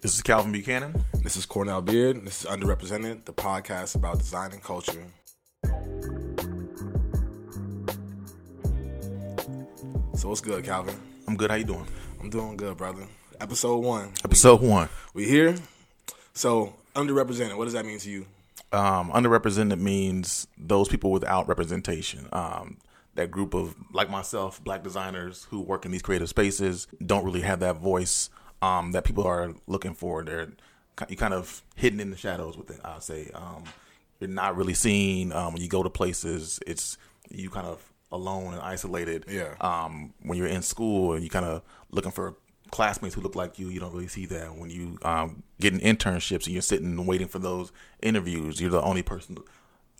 This is Calvin Buchanan. This is Cornell Beard. This is Underrepresented, the podcast about design and culture. So what's good, Calvin? I'm good. How you doing? I'm doing good, brother. Episode one. Episode one. We here. So underrepresented. What does that mean to you? Um, underrepresented means those people without representation. Um, that group of like myself, black designers who work in these creative spaces don't really have that voice um, that people are looking for. They're ki- you're kind of hidden in the shadows. With it, I would say um, you're not really seen um, when you go to places. It's you kind of alone and isolated. Yeah. Um, when you're in school and you kind of looking for classmates who look like you, you don't really see that. When you um, getting internships and you're sitting and waiting for those interviews, you're the only person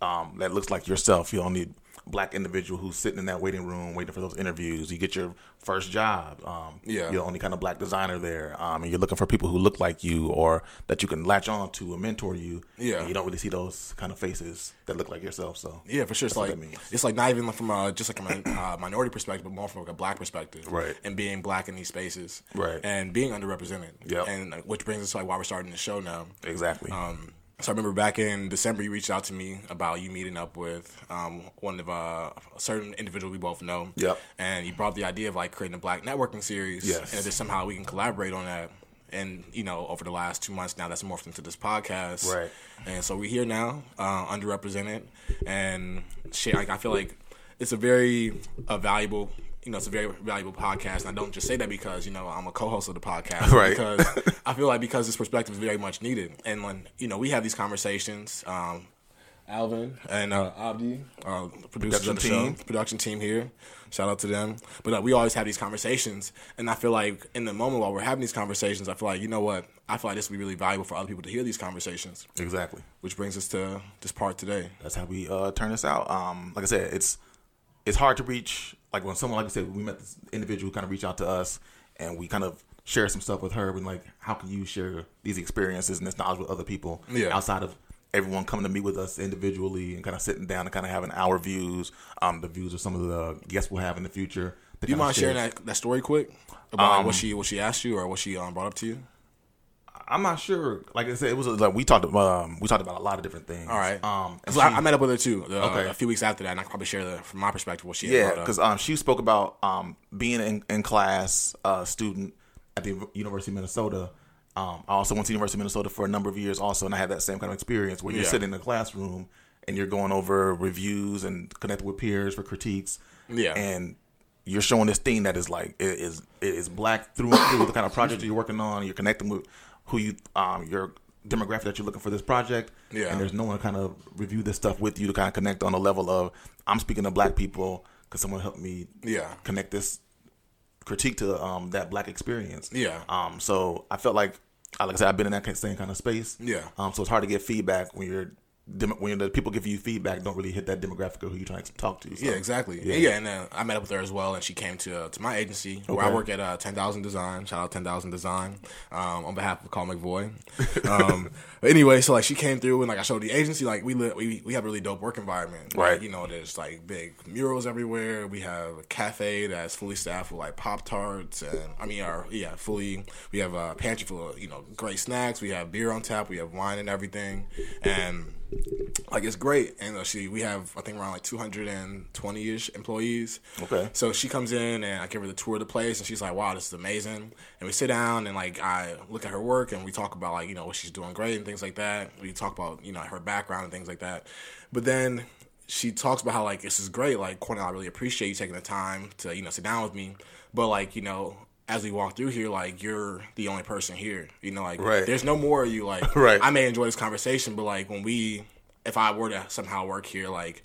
um, that looks like yourself. You're the only black individual who's sitting in that waiting room waiting for those interviews. You get your first job. Um, Yeah. You're the only kind of black designer there. Um, and you're looking for people who look like you or that you can latch on to and mentor you. Yeah. And you don't really see those kind of faces that look like yourself. So Yeah, for sure. It's like that means. it's like not even like from a just like from a uh, minority perspective, but more from like a black perspective, Right. And being black in these spaces, Right. And being underrepresented, Yep. And like, which brings us to like why we're starting the show now. Exactly. Um, so I remember back in December, you reached out to me about you meeting up with um, one of uh, a certain individual we both know. Yep. And you brought the idea of like creating a black networking series. Yes. And if there's somehow we can collaborate on that. And you know, over the last two months now, that's morphed into this podcast. Right. And so we're here now, uh, underrepresented, and shit. Like I feel like it's a very a valuable. You know, it's a very valuable podcast, and I don't just say that because you know I'm a co-host of the podcast. Right. Because I feel like because this perspective is very much needed, and when you know we have these conversations, um, Alvin and uh, Abdi, uh, the producers of the Production team. show, production team here. Shout out to them. But uh, we always have these conversations, and I feel like in the moment while we're having these conversations, I feel like you know what? I feel like this would be really valuable for other people to hear these conversations, exactly. which brings us to this part today. that's how we uh, turn this out. Um, like I said, it's it's hard to reach. Like when someone, like I said, we met this individual who kind of reached out to us, and we kind of share some stuff with her. And like, how can you share these experiences and this knowledge with other people Yeah. outside of everyone coming to meet with us individually and kind of sitting down and kind of having our views, um, the views of some of the guests we'll have in the future. Do You mind sharing that, that story quick about like, Um, what she what she asked you or what she um, brought up to you? I'm not sure. Like I said, it was uh, like we talked. Um, we talked about a lot of different things. All right. Um, and So I, I met up with her too. Uh, Okay. A few weeks after that, and I can probably share the, from my perspective what she had Yeah, brought up. because um, she spoke about um, being in, in class uh, student at the University of Minnesota. Um, I also went to University of Minnesota for a number of years, also, and I had that same kind of experience where you're Yeah. sitting in a classroom and you're going over reviews and connecting with peers for critiques. Yeah. and you're showing this thing that is like it is it is black through and through the kind of project you're working on. You're connecting with who you um your demographic that you're looking for this project. Yeah. and there's no one to kind of review this stuff with you to kind of connect on a level of I'm speaking to black people because someone helped me Yeah. connect this critique to um that black experience. Yeah. Um. So I felt like, uh, like I said, I've been in that same kind of space. Yeah. Um. So it's hard to get feedback when you're dem- when the people give you feedback don't really hit that demographic of who you're trying to talk to. So. Yeah, exactly. Yeah, and uh, I met up with her as well, and she came to uh, to my agency where I Okay. work at uh, Ten Thousand Design. Shout out Ten Thousand Design um, on behalf of Carl McVoy. Um, but anyway, so like she came through and like I showed the agency like we live we, we have a really dope work environment. Like, Right. you know, there's like big murals everywhere. We have a cafe that's fully staffed with like pop tarts and I mean our yeah fully. We have a pantry full of you know great snacks. We have beer on tap. We have wine and everything. And like it's great and uh, she we have i think around like 220 ish employees Okay. so she comes in and i give her the tour of the place and she's like wow this is amazing and we sit down and like i look at her work and we talk about like you know what she's doing great and things like that we talk about you know her background and things like that but then she talks about how like this is great like cornell i really appreciate you taking the time to you know sit down with me but like you know as we walk through here like you're the only person here you know like Right. there's no more of you like Right. i may enjoy this conversation but like when we if i were to somehow work here like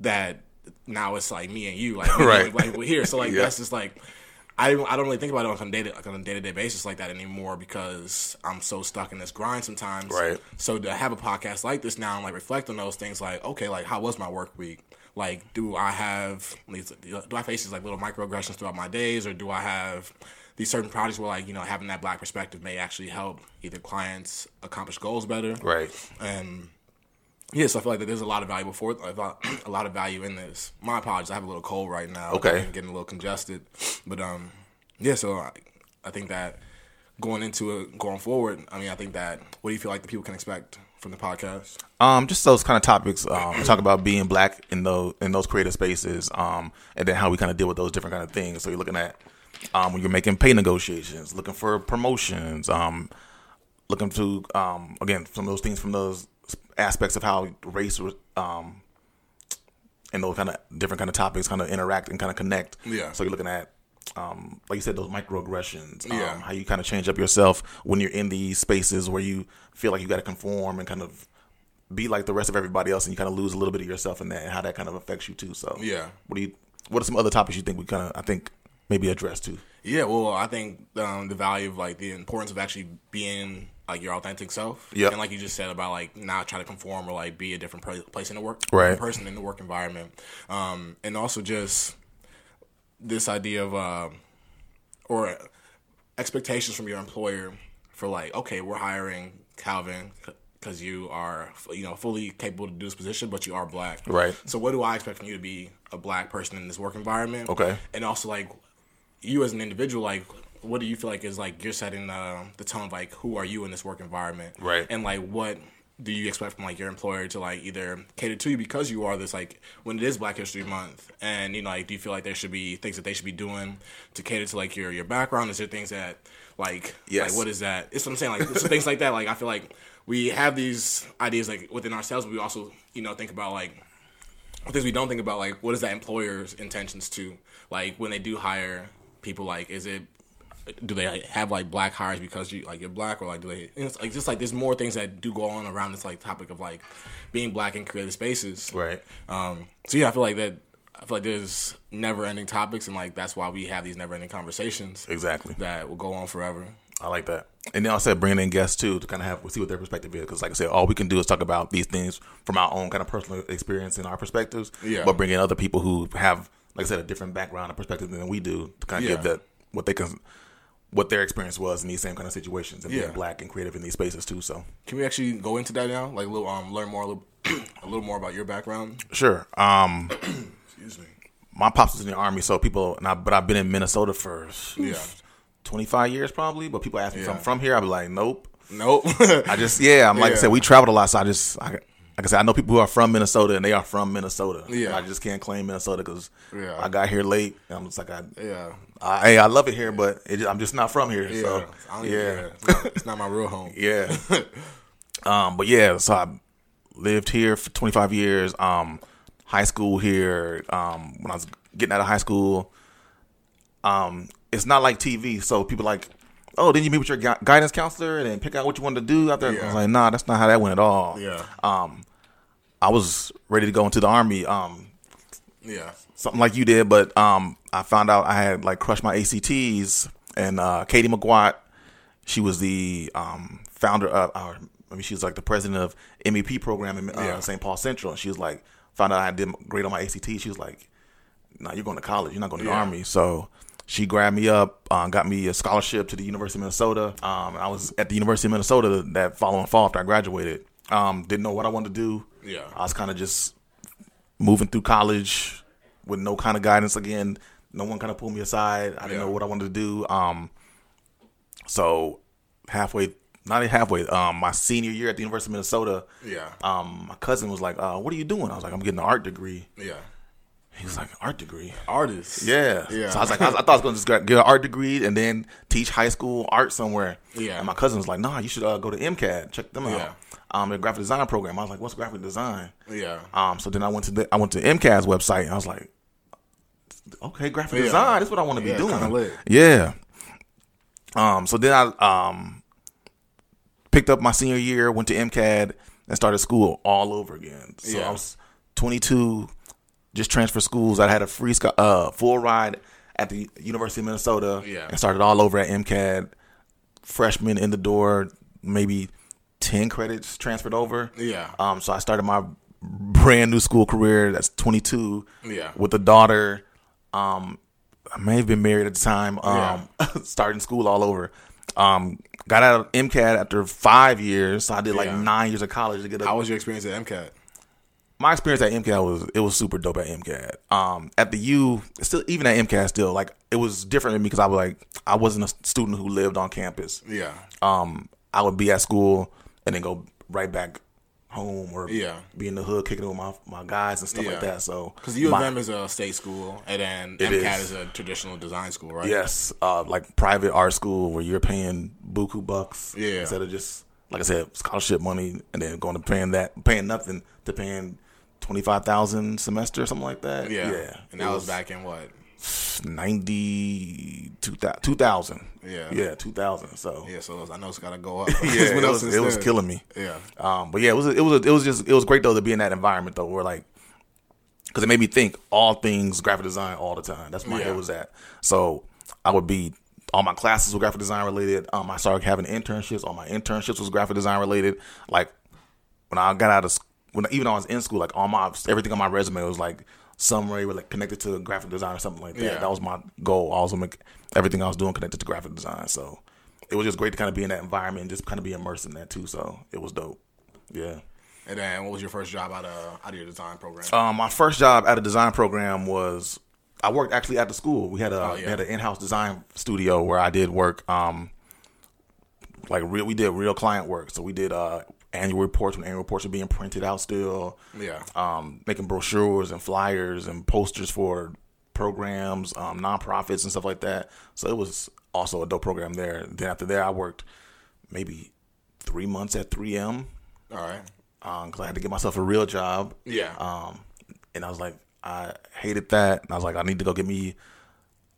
that now it's like me and you like we Right. like we're here so like Yeah. that's just like I don't, I don't really think about it on a day like on a day to day basis like that anymore because I'm so stuck in this grind sometimes. Right. So to have a podcast like this now and like reflect on those things like okay like how was my work week like do I have these- do I face these like little microaggressions throughout my days or do I have these certain projects where like you know having that black perspective may actually help either clients accomplish goals better Right. and yeah, so I feel like that there's a lot of valuable for a lot- a lot of value in this. My apologies, I have a little cold right now. Okay. I'm getting a little congested, but um, yeah. So I, I think that going into it going forward? I mean, I think that what do you feel like the people can expect from the podcast? Um, just those kind of topics. Um, we talk about being black in those in those creative spaces. Um, and then how we kind of deal with those different kind of things. So you're looking at um when you're making pay negotiations, looking for promotions, um, looking to um again some of those things from those aspects of how race um and those kind of different kind of topics kind of interact and kind of connect. Yeah. So you're looking at um, like you said, those microaggressions. Um, Yeah. How you kind of change up yourself when you're in these spaces where you feel like you got to conform and kind of be like the rest of everybody else, and you kind of lose a little bit of yourself in that, and how that kind of affects you too. So Yeah. What do you? What are some other topics you think we kind of? I think maybe address too. Yeah, well, I think um, the value of like the importance of actually being like your authentic self. Yeah. And like you just said about like not trying to conform or like be a different pra- place in the work, Right. person in the work environment, um, and also just this idea of uh, or expectations from your employer for like, okay, we're hiring Calvin because you are you know fully capable to do this position, but you are black, Right. So what do I expect from you to be a black person in this work environment? Okay. and also like you as an individual, like what do you feel like is like you're setting uh, the tone of like who are you in this work environment, Right. And like what do you expect from like your employer to like either cater to you because you are this like when it is Black History Month, and you know like do you feel like there should be things that they should be doing to cater to like your your background? Is there things that like Yes. like what is that? It's what I'm saying like so things like that. Like I feel like we have these ideas like within ourselves, but we also you know think about like things we don't think about like what is that employer's intentions to like when they do hire people like is it do they like, have like black hires because you like you're black or like do they it's like just like there's more things that do go on around this like topic of like being black in creative spaces Right. um so yeah i feel like that i feel like there's never ending topics and like that's why we have these never ending conversations Exactly. that will go on forever I like that. And then I said bringing in guests too to kind of have see what their perspective is because, like I said, all we can do is talk about these things from our own kind of personal experience and our perspectives. Yeah. But bring in other people who have, like I said, a different background and perspective than we do to kind of give Yeah. that what they can, what their experience was in these same kind of situations and Yeah. being black and creative in these spaces too. So can we actually go into that now like a little um learn more a little, a little more about your background sure. Um, excuse me my pops was in the army, so people and I, but I've been in Minnesota for Yeah. twenty five years probably. But people ask me if I'm Yeah. from here, I'd be like, nope. nope I just yeah, I'm like I Yeah. said, we traveled a lot, so I just I, like I said, I know people who are from Minnesota and they are from Minnesota. Yeah. I just can't claim Minnesota because Yeah. I got here late. And I'm just like I, yeah I, hey, I love it here, but it, I'm just not from here. Yeah, So I don't even- yeah, It's, not, it's not my real home. yeah. um, but yeah, so I lived here for 25 years. Um, high school here. Um, when I was getting out of high school, um, it's not like TV. So people like, oh, didn't you meet with your gui- guidance counselor and then pick out what you wanted to do after? I Yeah. was like, nah, that's not how that went at all. Yeah. Um, I was ready to go into the army. Um, Yeah, something like you did, but um, I found out I had like crushed my ACTs. And uh, Katie McGuat, she was the um, founder of, our, I mean, she was like the president of MEP program in uh, Yeah. St. Paul Central. And she was like, found out I did great on my ACT. She was like, "No, you're going to college. You're not going to the Yeah. army." So she grabbed me up, uh, got me a scholarship to the University of Minnesota. Um, I was at the University of Minnesota that following fall after I graduated. Um, didn't know what I wanted to do. Yeah. I was kind of just moving through college with no kind of guidance again. No one kind of pulled me aside. I didn't Yeah. know what I wanted to do. Um, so halfway, not even halfway, um, my senior year at the University of Minnesota, yeah, um, my cousin was like, uh, "What are you doing?" I was like, "I'm getting an art degree." yeah. He was like, "An art degree?" Artists. Yeah. yeah. So I was like, I, was- I thought I was going to just get get an art degree and then teach high school art somewhere. Yeah. And my cousin was like, Nah, you should uh, go to MCAD. Check them out. Yeah. Um, their graphic design program. I was like, What's graphic design? yeah, Um, so then I went to the I went to MCAD's website and I was like, okay, graphic Yeah. design. That's what I want to Yeah, be it's kinda doing. lit. Yeah. Um. So then I um picked up my senior year, went to MCAD, and started school all over again. So Yeah. I was 22, just transferred schools. I had a free sco- uh full ride at the University of Minnesota. Yeah. And started all over at MCAD. Freshman in the door, maybe ten credits transferred over. yeah, Um, so I started my brand new school career. That's 22. Yeah. With a daughter. Um, I may have been married at the time. Um, starting school all over. Um, got out of MCAD after five years. So I did like Yeah. nine years of college to get up. How was your experience at MCAT? my experience at MCAT was it was super dope at MCAT. Um, at the U, still even at MCAT, still like it was different to me because I was like I wasn't a student who lived on campus. Yeah. Um, I would be at school and then go right back home or Yeah. be in the hood kicking it with my my guys and stuff Yeah. like that. So Because U of my- M is a state school, and then is. MCAT is. a traditional design school, right? Yes, uh, like private art school where you're paying buku bucks Yeah. instead of just like I said scholarship money, and then going to paying that paying nothing to paying twenty five thousand semester or something like that. Yeah. And It that was, back in what? ninety two thousand. Yeah. yeah, two thousand. So Yeah, so it was, I know it's got to go up. yeah, What it, was, else is it was there? killing me. Yeah. Um, but yeah, it was it was it was just it was great though to be in that environment though, where like because it made me think all things graphic design all the time. That's where my Yeah. head was at. So I would be all my classes were graphic design related. Um, I started having internships. All my internships was graphic design related. Like when I got out of sc- when even though I was in school, like all my everything on my resume was like summary with like connected to graphic design or something like that. Yeah. That was my goal. I was gonna make everything I was doing connected to graphic design. So it was just great to kind of be in that environment and just kind of be immersed in that too. So it was dope. Yeah. And then what was your first job out of out of your design program? Um, my first job at a design program was I worked actually at the school. We had a we Oh, yeah. had an in-house design studio where I did work. Um, like real, we did real client work. So we did uh annual reports when annual reports are being printed out still. yeah. Um, making brochures and flyers and posters for programs, um, nonprofits and stuff like that. So it was also a dope program there. Then after there, I worked maybe three months at 3M All right. because I had to get myself a real job. Yeah. Um, and I was like, I hated that. And I was like, I need to go get me.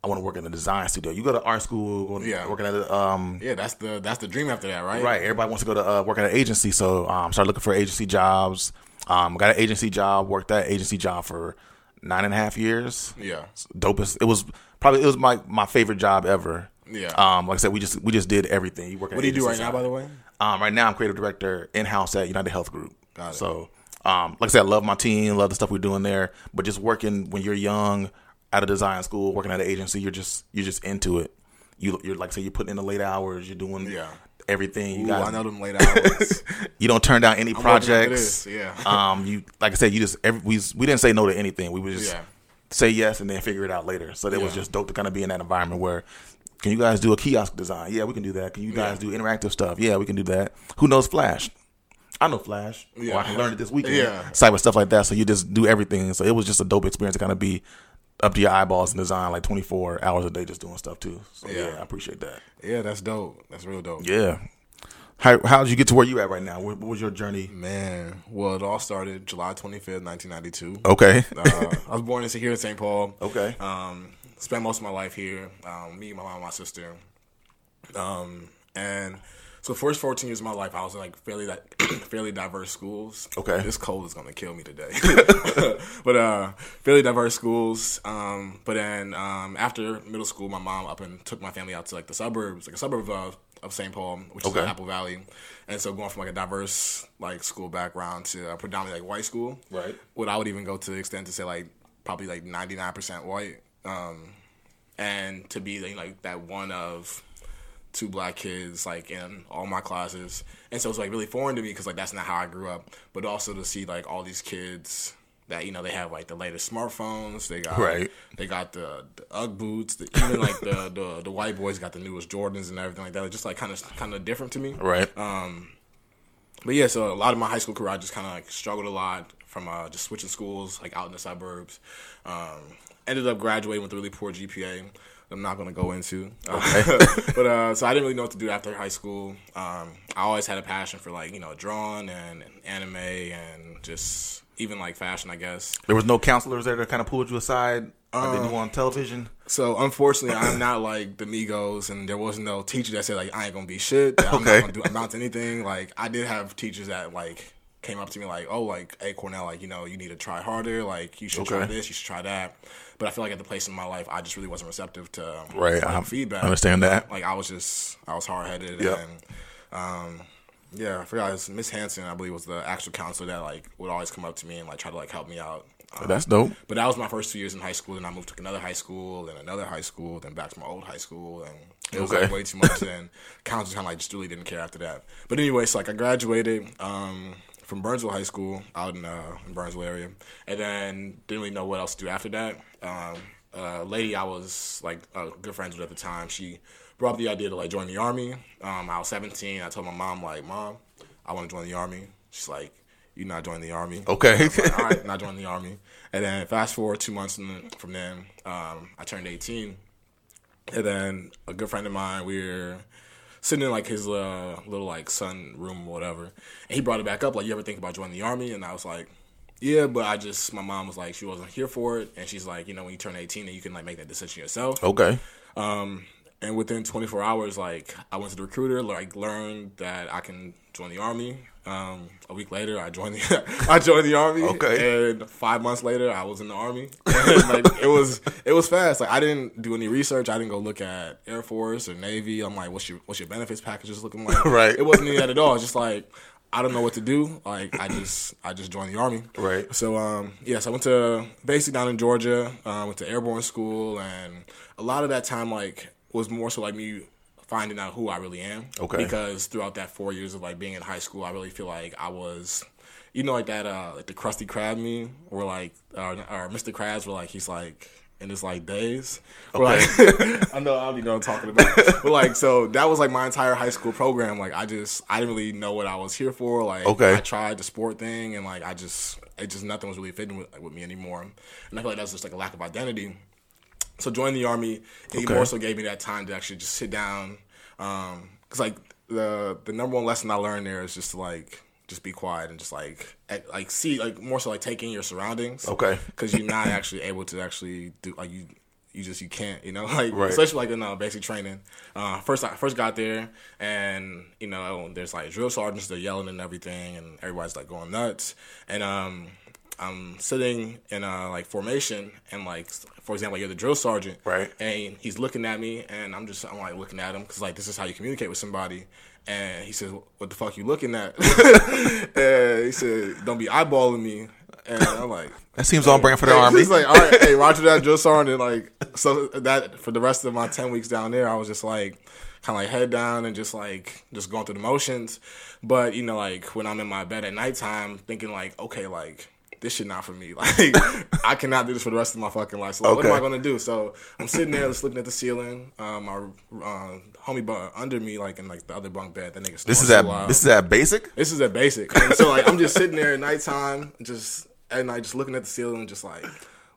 I want to work in a design studio. You go to art school, go Yeah. working at a, um, yeah, that's the that's the dream after that, right? right. Everybody wants to go to uh, work at an agency, so um, started looking for agency jobs. Um, got an agency job, worked that agency job for nine and a half years. Yeah. Dopest. It was probably it was my my favorite job ever. Yeah. Um, like I said, we just we just did everything. You work. What do you do right now, by the way? Um, right now, I'm creative director in house at United Health Group. Got it. So, um, like I said, I love my team, love the stuff we're doing there. But just working when you're young, out of design school, working at an agency, you're just you're just into it. You you're like say you're putting in the late hours, you're doing Yeah. everything. You Ooh, got I know them late hours. you don't turn down any projects. this, yeah. um, you like I said, you just every, we we didn't say no to anything. We would just Yeah. say yes and then figure it out later. So that was Yeah. just dope to kind of be in that environment where. Can you guys do a kiosk design? Yeah, we can do that. Can you guys do interactive stuff? Yeah, we can do that. Who knows Flash? I know Flash. Or I Yeah. can learn it this weekend. Yeah. Cyber stuff like that. So you just do everything. So it was just a dope experience to kind of be up to your eyeballs in design, like 24 hours a day just doing stuff too. So yeah, Yeah. I appreciate that. yeah, that's dope. That's real dope. Yeah. How, how did you get to where you at right now? What, what was your journey? Man, well, it all started July 25th, 1992. Okay. Uh, uh, I was born in here in St. Paul. Okay. Um, spent most of my life here. Um, me, my mom, and my sister. Um, and so, first 14 years of my life, I was in like fairly like fairly diverse schools. Okay. This cold is gonna kill me today. but uh, fairly diverse schools. Um, but then um, after middle school, my mom up and took my family out to like the suburbs, like a suburb of. uh, Of St. Paul, which Okay. is Apple Valley, and so going from like a diverse like school background to a predominantly like white school, Right. what I would even go to the extent to say like probably like ninety nine percent white, um, and to be like, like that one of two black kids like in all my classes, and so it's like really foreign to me because like that's not how I grew up. But also to see like all these kids that you know they have like the latest smartphones, they got Right. they got the, the UGG boots, the, even like the, the the white boys got the newest Jordans and everything like that. It's just like kind of kind of different to me, Right. but yeah, so a lot of my high school career, I just kind of like struggled a lot from uh, just switching schools, like out in the suburbs. Um, ended up graduating with a really poor GPA. that I'm not gonna go into, but uh, so I didn't really know what to do after high school. Um, I always had a passion for like you know drawing and anime and just even like fashion, I guess. there was no counselors there to kind of pulled you aside like they do on television. So unfortunately, I'm not like the Migos, and there was no teacher that said like I ain't gonna be shit. that I'm Okay. not gonna do, amount to anything. Like I did have teachers that like came up to me like, oh, like hey Cornell, like you know you need to try harder. Like you should try Okay. this, you should try that. But I feel like at the place in my life, I just really wasn't receptive to Right. I like, feedback. understand that. Like I was just I was hard headed Yep. and um yeah, I forgot it's Miss Hanson, I believe was the actual counselor that like would always come up to me and like try to like help me out. Um, That's dope. but that was my first two years in high school. Then I moved to another high school, then another high school, then back to my old high school, and it was like Okay. way too much. and counseling kind of like just really didn't care after that. But anyway, so like I graduated um, from Burnsville High School out in, uh, in Burnsville area, and then didn't really know what else to do after that. Um, a lady I was like uh, good friends with at the time, she brought up the idea to like join the army. Um, I was 17. I told my mom like, Mom, I want to join the army. She's like, You're not joining the army. Okay. Like, all right, not joining the army. And then fast forward two months in- from then, um, I turned 18. And then a good friend of mine, we were sitting in like his uh, little like sun room or whatever. And he brought it back up, like, you ever think about joining the army? And I was like, yeah, but I just, my mom was like, she wasn't here for it. And she's like, you know, when you turn 18, then you can like make that decision yourself. okay. And within 24 hours, like I went to the recruiter, like learned that I can join the army. Um, a week later, I joined the I joined the army. Okay. And five months later, I was in the army. And, like it was it was fast. Like I didn't do any research. I didn't go look at Air Force or Navy. I'm like, what's your what's your benefits packages looking like? Right. It wasn't any of that at all. It's just like I don't know what to do. Like I just I just joined the army. Right. So um, yes, I went to basic down in Georgia. Uh, went to airborne school, and a lot of that time like was more so like me finding out who I really am. Okay. Because throughout that four years of like being in high school, I really feel like I was, you know, like that uh, like the Krusty Krab meme, where like uh, or Mr. Krabs, where like he's like. in his like days, Where, like, I know I don't even know what I'm talking about. But like, so that was like my entire high school program. Like, I just I didn't really know what I was here for. Like, Okay. I tried the sport thing and like I just it just nothing was really fitting with, with me anymore and I feel like that's just like a lack of identity so joining the army it Okay. more so gave me that time to actually just sit down because like the the number one lesson I learned there is just to like just be quiet and just like act- like see like more so like take in your surroundings Okay. because you're not actually able to actually do like you you just you can't you know like Right. especially like in uh, basic training uh, first I first got there and you know there's like drill sergeants they're yelling and everything and everybody's like going nuts and um I'm sitting in a like formation and like s- for example you're the drill sergeant Right. and he's looking at me and I'm just I'm like looking at him because like this is how you communicate with somebody and he says what the fuck you looking at and he said don't be eyeballing me and I'm like That seems on brand for the army. He's like, all right, hey, Roger that, Joe Sarn, and like, so that for the rest of my ten weeks down there, I was just like, kind of like head down and just like just going through the motions. But you know, like when I'm in my bed at nighttime, thinking like, okay, like this shit not for me. Like I cannot do this for the rest of my fucking life. So like, what am Okay. I gonna do? So I'm sitting there, just looking at the ceiling. Um, my uh, homie bu- under me, like in like the other bunk bed, that nigga. this is snoring so at loud. this is at basic. This is at basic. And so like I'm just sitting there at nighttime, just at night, just looking at the ceiling, just like,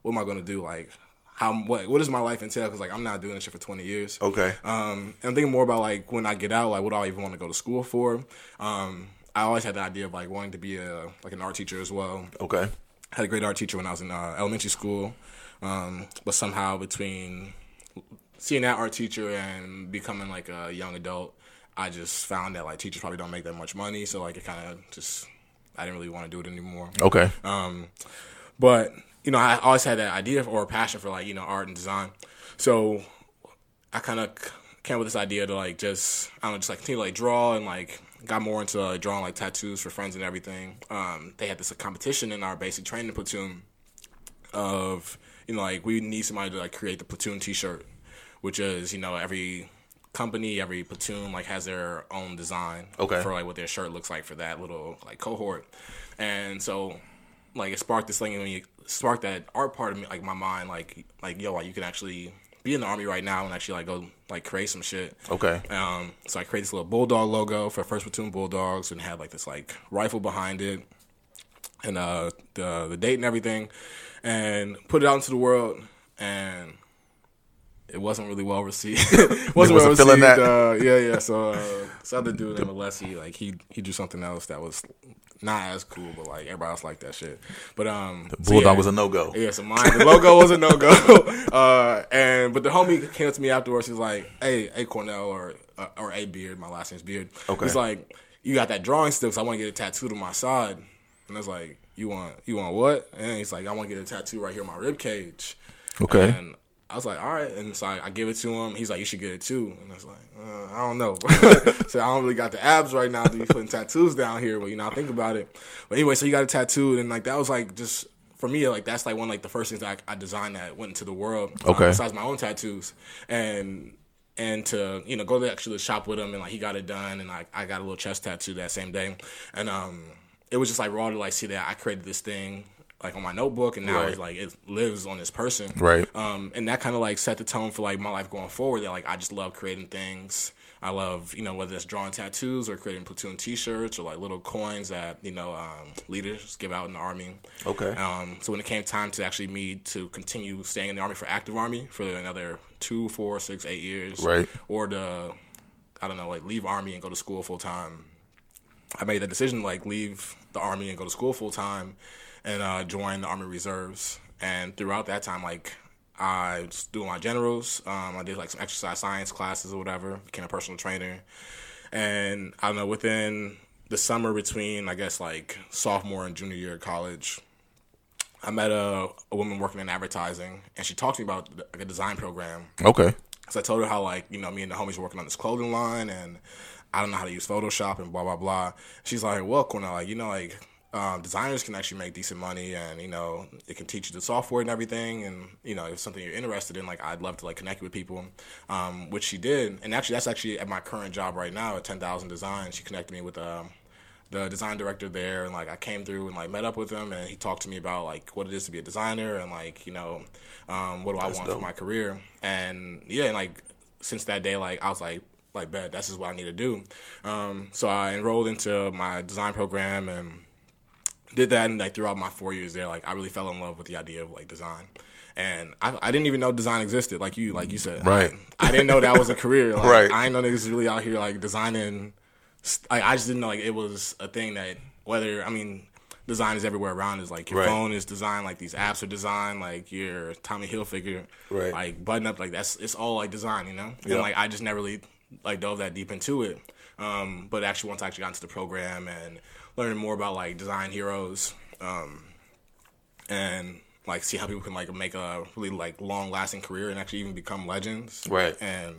what am I gonna do? Like, how what what does my life entail? Because like I'm not doing this shit for 20 years. Okay. Um, and I'm thinking more about like when I get out, like what do I even want to go to school for? Um, I always had the idea of like wanting to be a like an art teacher as well Okay. had a great art teacher when I was in uh, elementary school, um, but somehow between seeing that art teacher and becoming like a young adult, I just found that like teachers probably don't make that much money, so like it kind of just I didn't really want to do it anymore. Okay. But you know, I always had that idea or a passion for like you know art and design, so I kind of came up with this idea to like just I don't know, just like continue to like draw and like got more into like, drawing like tattoos for friends and everything. Um, they had this competition in our basic training platoon of you know like we need somebody to like create the platoon T-shirt, which is you know every company every platoon like has their own design Okay. for like what their shirt looks like for that little like cohort, and so like it sparked this thing and when you sparked that art part of me like my mind like like yo like you can actually be in the army right now and actually like go like create some shit okay. um, so I created this little bulldog logo for First Platoon Bulldogs and had like this like rifle behind it and uh, the the date and everything, and put it out into the world and. It wasn't really well received. wasn't well wasn't feeling that. received. Uh, yeah, yeah. So, uh, this other dude named Alessi, E. like he he drew something else that was not as cool, but like everybody else liked that shit. But um, so, Bulldog yeah. was a no go. Yeah, so mine the logo was a no go. Uh, and but the homie came up to me afterwards. He's like, "Hey, hey Cornell or uh, or a Beard, my last name's Beard." Okay. He's like, "You got that drawing still? 'cause I want to get a tattoo to my side." And I was like, "You want you want what?" And he's like, "I want to get a tattoo right here in my rib cage." Okay. And I was like, all right. And so I, I give it to him. He's like, you should get it too. And I was like, uh, I don't know. so I don't really got the abs right now to be putting tattoos down here. But you know, I think about it. But anyway, so you got a tattoo, and like that was like just for me, like that's like one of, like the first things that I, I designed that went into the world. uh, Okay. besides my own tattoos, and and to you know go to actually the shop with him, and like he got it done, and like I got a little chest tattoo that same day, and um. it was just like raw to like see that I created this thing like on my notebook and now Right. it's like it lives on this person. Right. Um, and that kind of like set the tone for like my life going forward. That like I just love creating things. I love you know whether it's drawing tattoos or creating platoon T-shirts or like little coins that you know um, leaders give out in the army. Okay. Um, so when it came time to actually me to continue staying in the army for active army for another two, four, six, eight years, Right. Or to I don't know like leave army and go to school full time. I made that decision to, like leave the army and go to school full time, and uh, join the army reserves. And throughout that time, like I was doing my generals. Um, I did like some exercise science classes or whatever. Became a personal trainer, and I don't know within the summer between I guess like sophomore and junior year of college. I met a, a woman working in advertising, and she talked to me about like a design program Okay. so I told her how like you know me and the homies were working on this clothing line, and I don't know how to use Photoshop and blah blah blah. She's like, well, Cornell, like you know like um, designers can actually make decent money, and you know it can teach you the software and everything, and you know if it's something you're interested in, like I'd love to like connect you with people, um, which she did, and actually that's actually at my current job right now at Ten Thousand Design. She connected me with um, the design director there and like I came through and like met up with him and he talked to me about like what it is to be a designer and like you know um, what do I want for my career and yeah and like since that day like I was like like bet this is what I need to do um, so I enrolled into my design program and did that and like throughout my four years there like I really fell in love with the idea of like design and I, I didn't even know design existed like you like you said Right. I, I didn't know that was a career like, Right. I didn't know niggas really out here like designing st- I, I just didn't know like it was a thing that whether I mean design is everywhere around is like your Right. phone is designed like these apps are designed like your Tommy Hilfiger Right. like button up like that's it's all like design you know Yeah. and like I just never really like dove that deep into it um, but actually once I actually got into the program and learning more about like design heroes um, and like see how people can like make a really like long lasting career and actually even become legends Right. and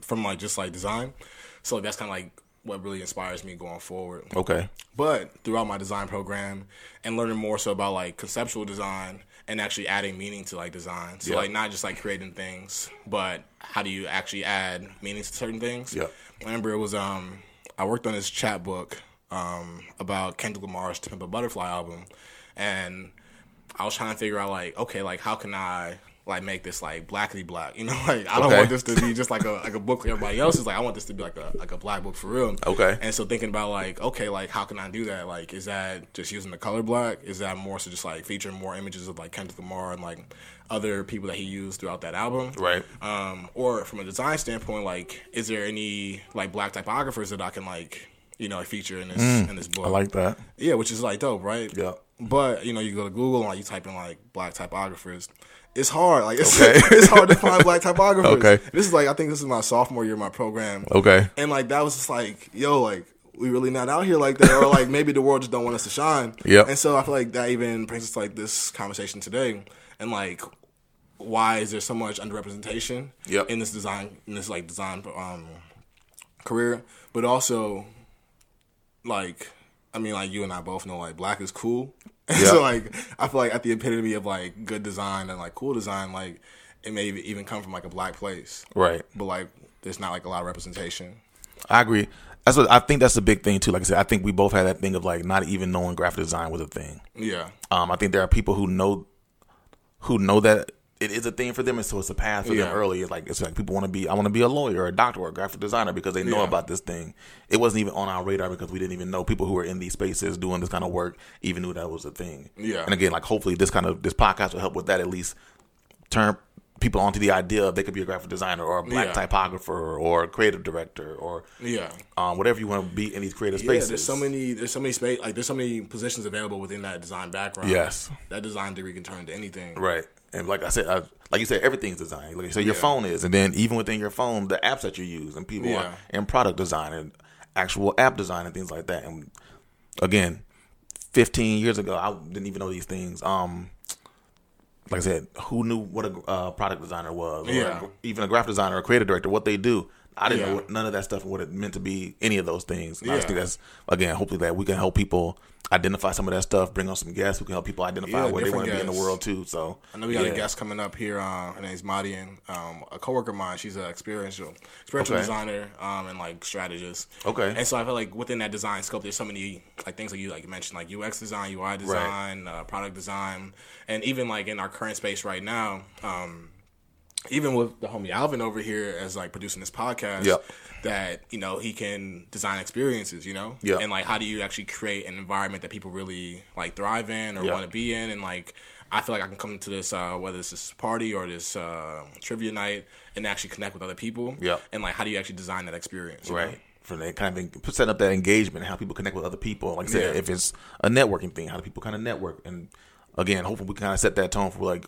from like just like design. So that's kind of like what really inspires me going forward. Okay. But throughout my design program and learning more so about like conceptual design and actually adding meaning to like design. So Yeah. like not just like creating things, but how do you actually add meaning to certain things? Yeah. I remember it was um I worked on this chat book um about Kendrick Lamar's To Pimp a Butterfly album and I was trying to figure out like, okay, like how can I like make this like blackly black? You know, like I don't Okay. want this to be just like a like a book like everybody else is like I want this to be like a like a black book for real. Okay. And so thinking about like, okay, like how can I do that? Like, is that just using the color black? Is that more so just like featuring more images of like Kendrick Lamar and like other people that he used throughout that album? Right. Um, or from a design standpoint, like, is there any like black typographers that I can like, you know, feature in this in this book? Mm, I like that. Yeah, which is like dope, right? Yeah. But you know, you go to Google and like, you type in like black typographers. It's hard. Like it's, it's hard to find black typographers. Okay. This is like I think this is my sophomore year of my program. Okay. And like that was just like, yo, like we really not out here like that, or like maybe the world just don't want us to shine. Yep. And so I feel like that even brings us to, like this conversation today, and like why is there so much underrepresentation Yep. in this design in this like design um, career, but also like I mean like you and I both know like black is cool. And Yeah. so like I feel like at the epitome of like good design and like cool design, like it may even come from like a black place. Right. But like there's not like a lot of representation. I agree. That's what I think. That's a big thing too. Like I said, I think we both had that thing of like not even knowing graphic design was a thing. Yeah. Um, I think there are people who know who know that it is a thing for them, and so it's a path for Yeah. them early. It's like it's like people want to be. I want to be a lawyer, or a doctor, or a graphic designer because they know Yeah. about this thing. It wasn't even on our radar because we didn't even know people who were in these spaces doing this kind of work even knew that was a thing. Yeah. And again, like hopefully this kind of this podcast will help with that at least turn people onto the idea of they could be a graphic designer or a black Yeah. typographer or a creative director or Yeah. um, whatever you want to be in these creative Yeah, spaces. there's so many there's so many space like there's so many positions available within that design background. Yes. That design degree can turn into anything. Right. And like I said, I, like you said, everything's designed. Like you said, your phone is, and then even within your phone, the apps that you use, and people Yeah. are in product design and actual app design and things like that. And again, 15 years ago, I didn't even know these things. Um, like I said, who knew what a uh, product designer was, or Yeah. even a graphic designer, or creative director, what they do? I didn't Yeah. know what, none of that stuff and what it meant to be any of those things. And I just Yeah. think that's again, hopefully that we can help people identify some of that stuff, bring on some guests who can help people identify Yeah, where they different want to be in the guests. world too. So I know we got yeah. a guest coming up here. Uh, her name's Madian, um, a coworker of mine. She's an experiential, experiential Okay. designer um, and like strategist. Okay. And so I feel like within that design scope, there's so many like things like you like you mentioned, like UX design, UI design, uh, product design, and even like in our current space right now. Um, even with the homie Alvin over here as like producing this podcast, Yep. that you know he can design experiences, you know, Yep. and like how do you actually create an environment that people really like thrive in or Yep. want to be in, and like I feel like I can come to this uh, whether it's this party or this uh, trivia night and actually connect with other people, Yep. and like how do you actually design that experience, you know? right for that kind of thing, setting up that engagement, how people connect with other people. Like I said, Yeah. if it's a networking thing, how do people kind of network? And again, hopefully we kind of set that tone for like.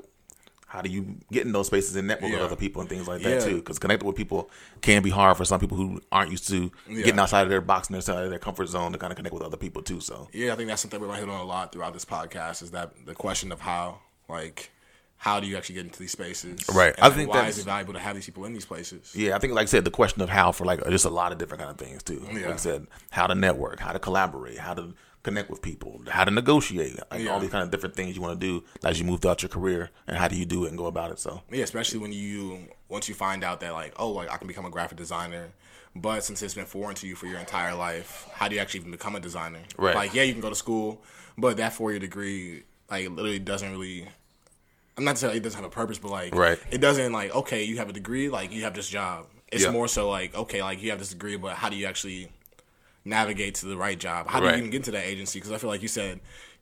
How do you get in those spaces and network with Yeah. other people and things like that Yeah. too? Because connecting with people can be hard for some people who aren't used to getting Yeah. outside of their box and outside of their comfort zone to kind of connect with other people too. So Yeah, I think that's something we're gonna hit on a lot throughout this podcast is that the question of how, like, how do you actually get into these spaces? Right. And I like, think why that's- is it valuable to have these people in these places? Yeah, I think like I said, the question of how for like just a lot of different kind of things too. Like I Yeah. said, how to network, how to collaborate, how to connect with people, how to negotiate, like all Yeah. these kind of different things you want to do as you move throughout your career, and how do you do it and go about it. So Yeah, especially when you once you find out that like, oh, like I can become a graphic designer, but since it's been foreign to you for your entire life, how do you actually even become a designer? Right. Like, yeah, you can go to school, but that four year degree like literally doesn't really. I'm not saying it doesn't have a purpose, but like, Right. it doesn't like okay, you have a degree, like you have this job. It's Yeah. more so like okay, like you have this degree, but how do you actually navigate to the right job? How do Right. you even get to that agency? Because I feel like you said,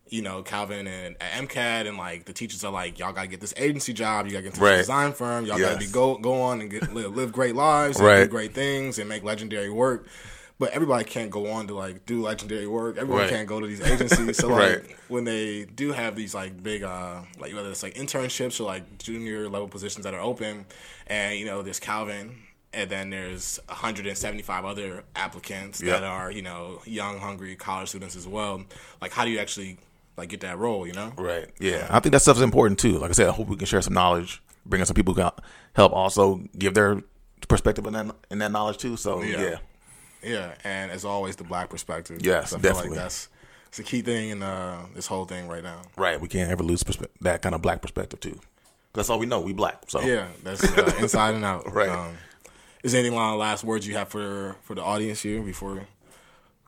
you know, Calvin and at MCAD and like the teachers are like, y'all gotta get this agency job, you gotta get to Right. this design firm, y'all gotta be Yes. go go on and get, live, live great lives, and Right. do great things, and make legendary work. But everybody can't go on to like do legendary work. Everyone Right. can't go to these agencies. So like Right. when they do have these like big uh like whether it's like internships or like junior level positions that are open and you know there's Calvin and then there's 175 other applicants Yeah. that are you know young hungry college students as well like how do you actually like get that role you know right, yeah, I think that stuff's important too. Like I said, I hope we can share some knowledge, bring in some people who can help also give their perspective in that in that knowledge too. So yeah, Yeah. yeah, yeah and as always the black perspective Yes, So I feel definitely. like that's it's a key thing in uh, this whole thing right now right. We can't ever lose perspe- that kind of black perspective too. That's all we know. We black. So yeah that's uh, inside and out Um, Right. is there any long last words you have for for the audience here before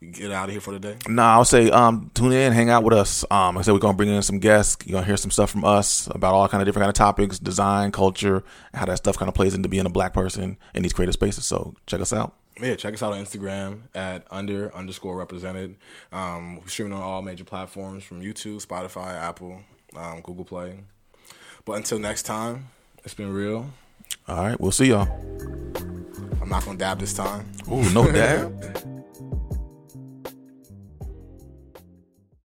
we get out of here for the day No, I'll say um, tune in, hang out with us. Um, like I said we're gonna bring in some guests. You're gonna hear some stuff from us about all kind of different kind of topics, design, culture, how that stuff kind of plays into being a black person in these creative spaces. So check us out. Yeah, check us out on Instagram at under underscore represented. Um, we're streaming on all major platforms from YouTube, Spotify, Apple, um, Google Play. But until next time, it's been real. All right, we'll see y'all. I'm not gonna dab this time. Ooh, no dab.